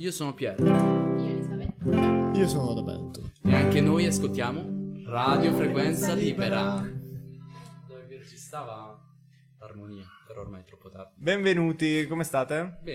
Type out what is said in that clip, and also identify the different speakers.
Speaker 1: Io sono Piero
Speaker 2: Io Elisabetta.
Speaker 3: Io sono Roberto.
Speaker 1: e anche noi ascoltiamo Radio Frequenza Libera. Dove registrava l'armonia, però ormai è troppo tardi.
Speaker 4: Benvenuti, come state?
Speaker 1: Bene.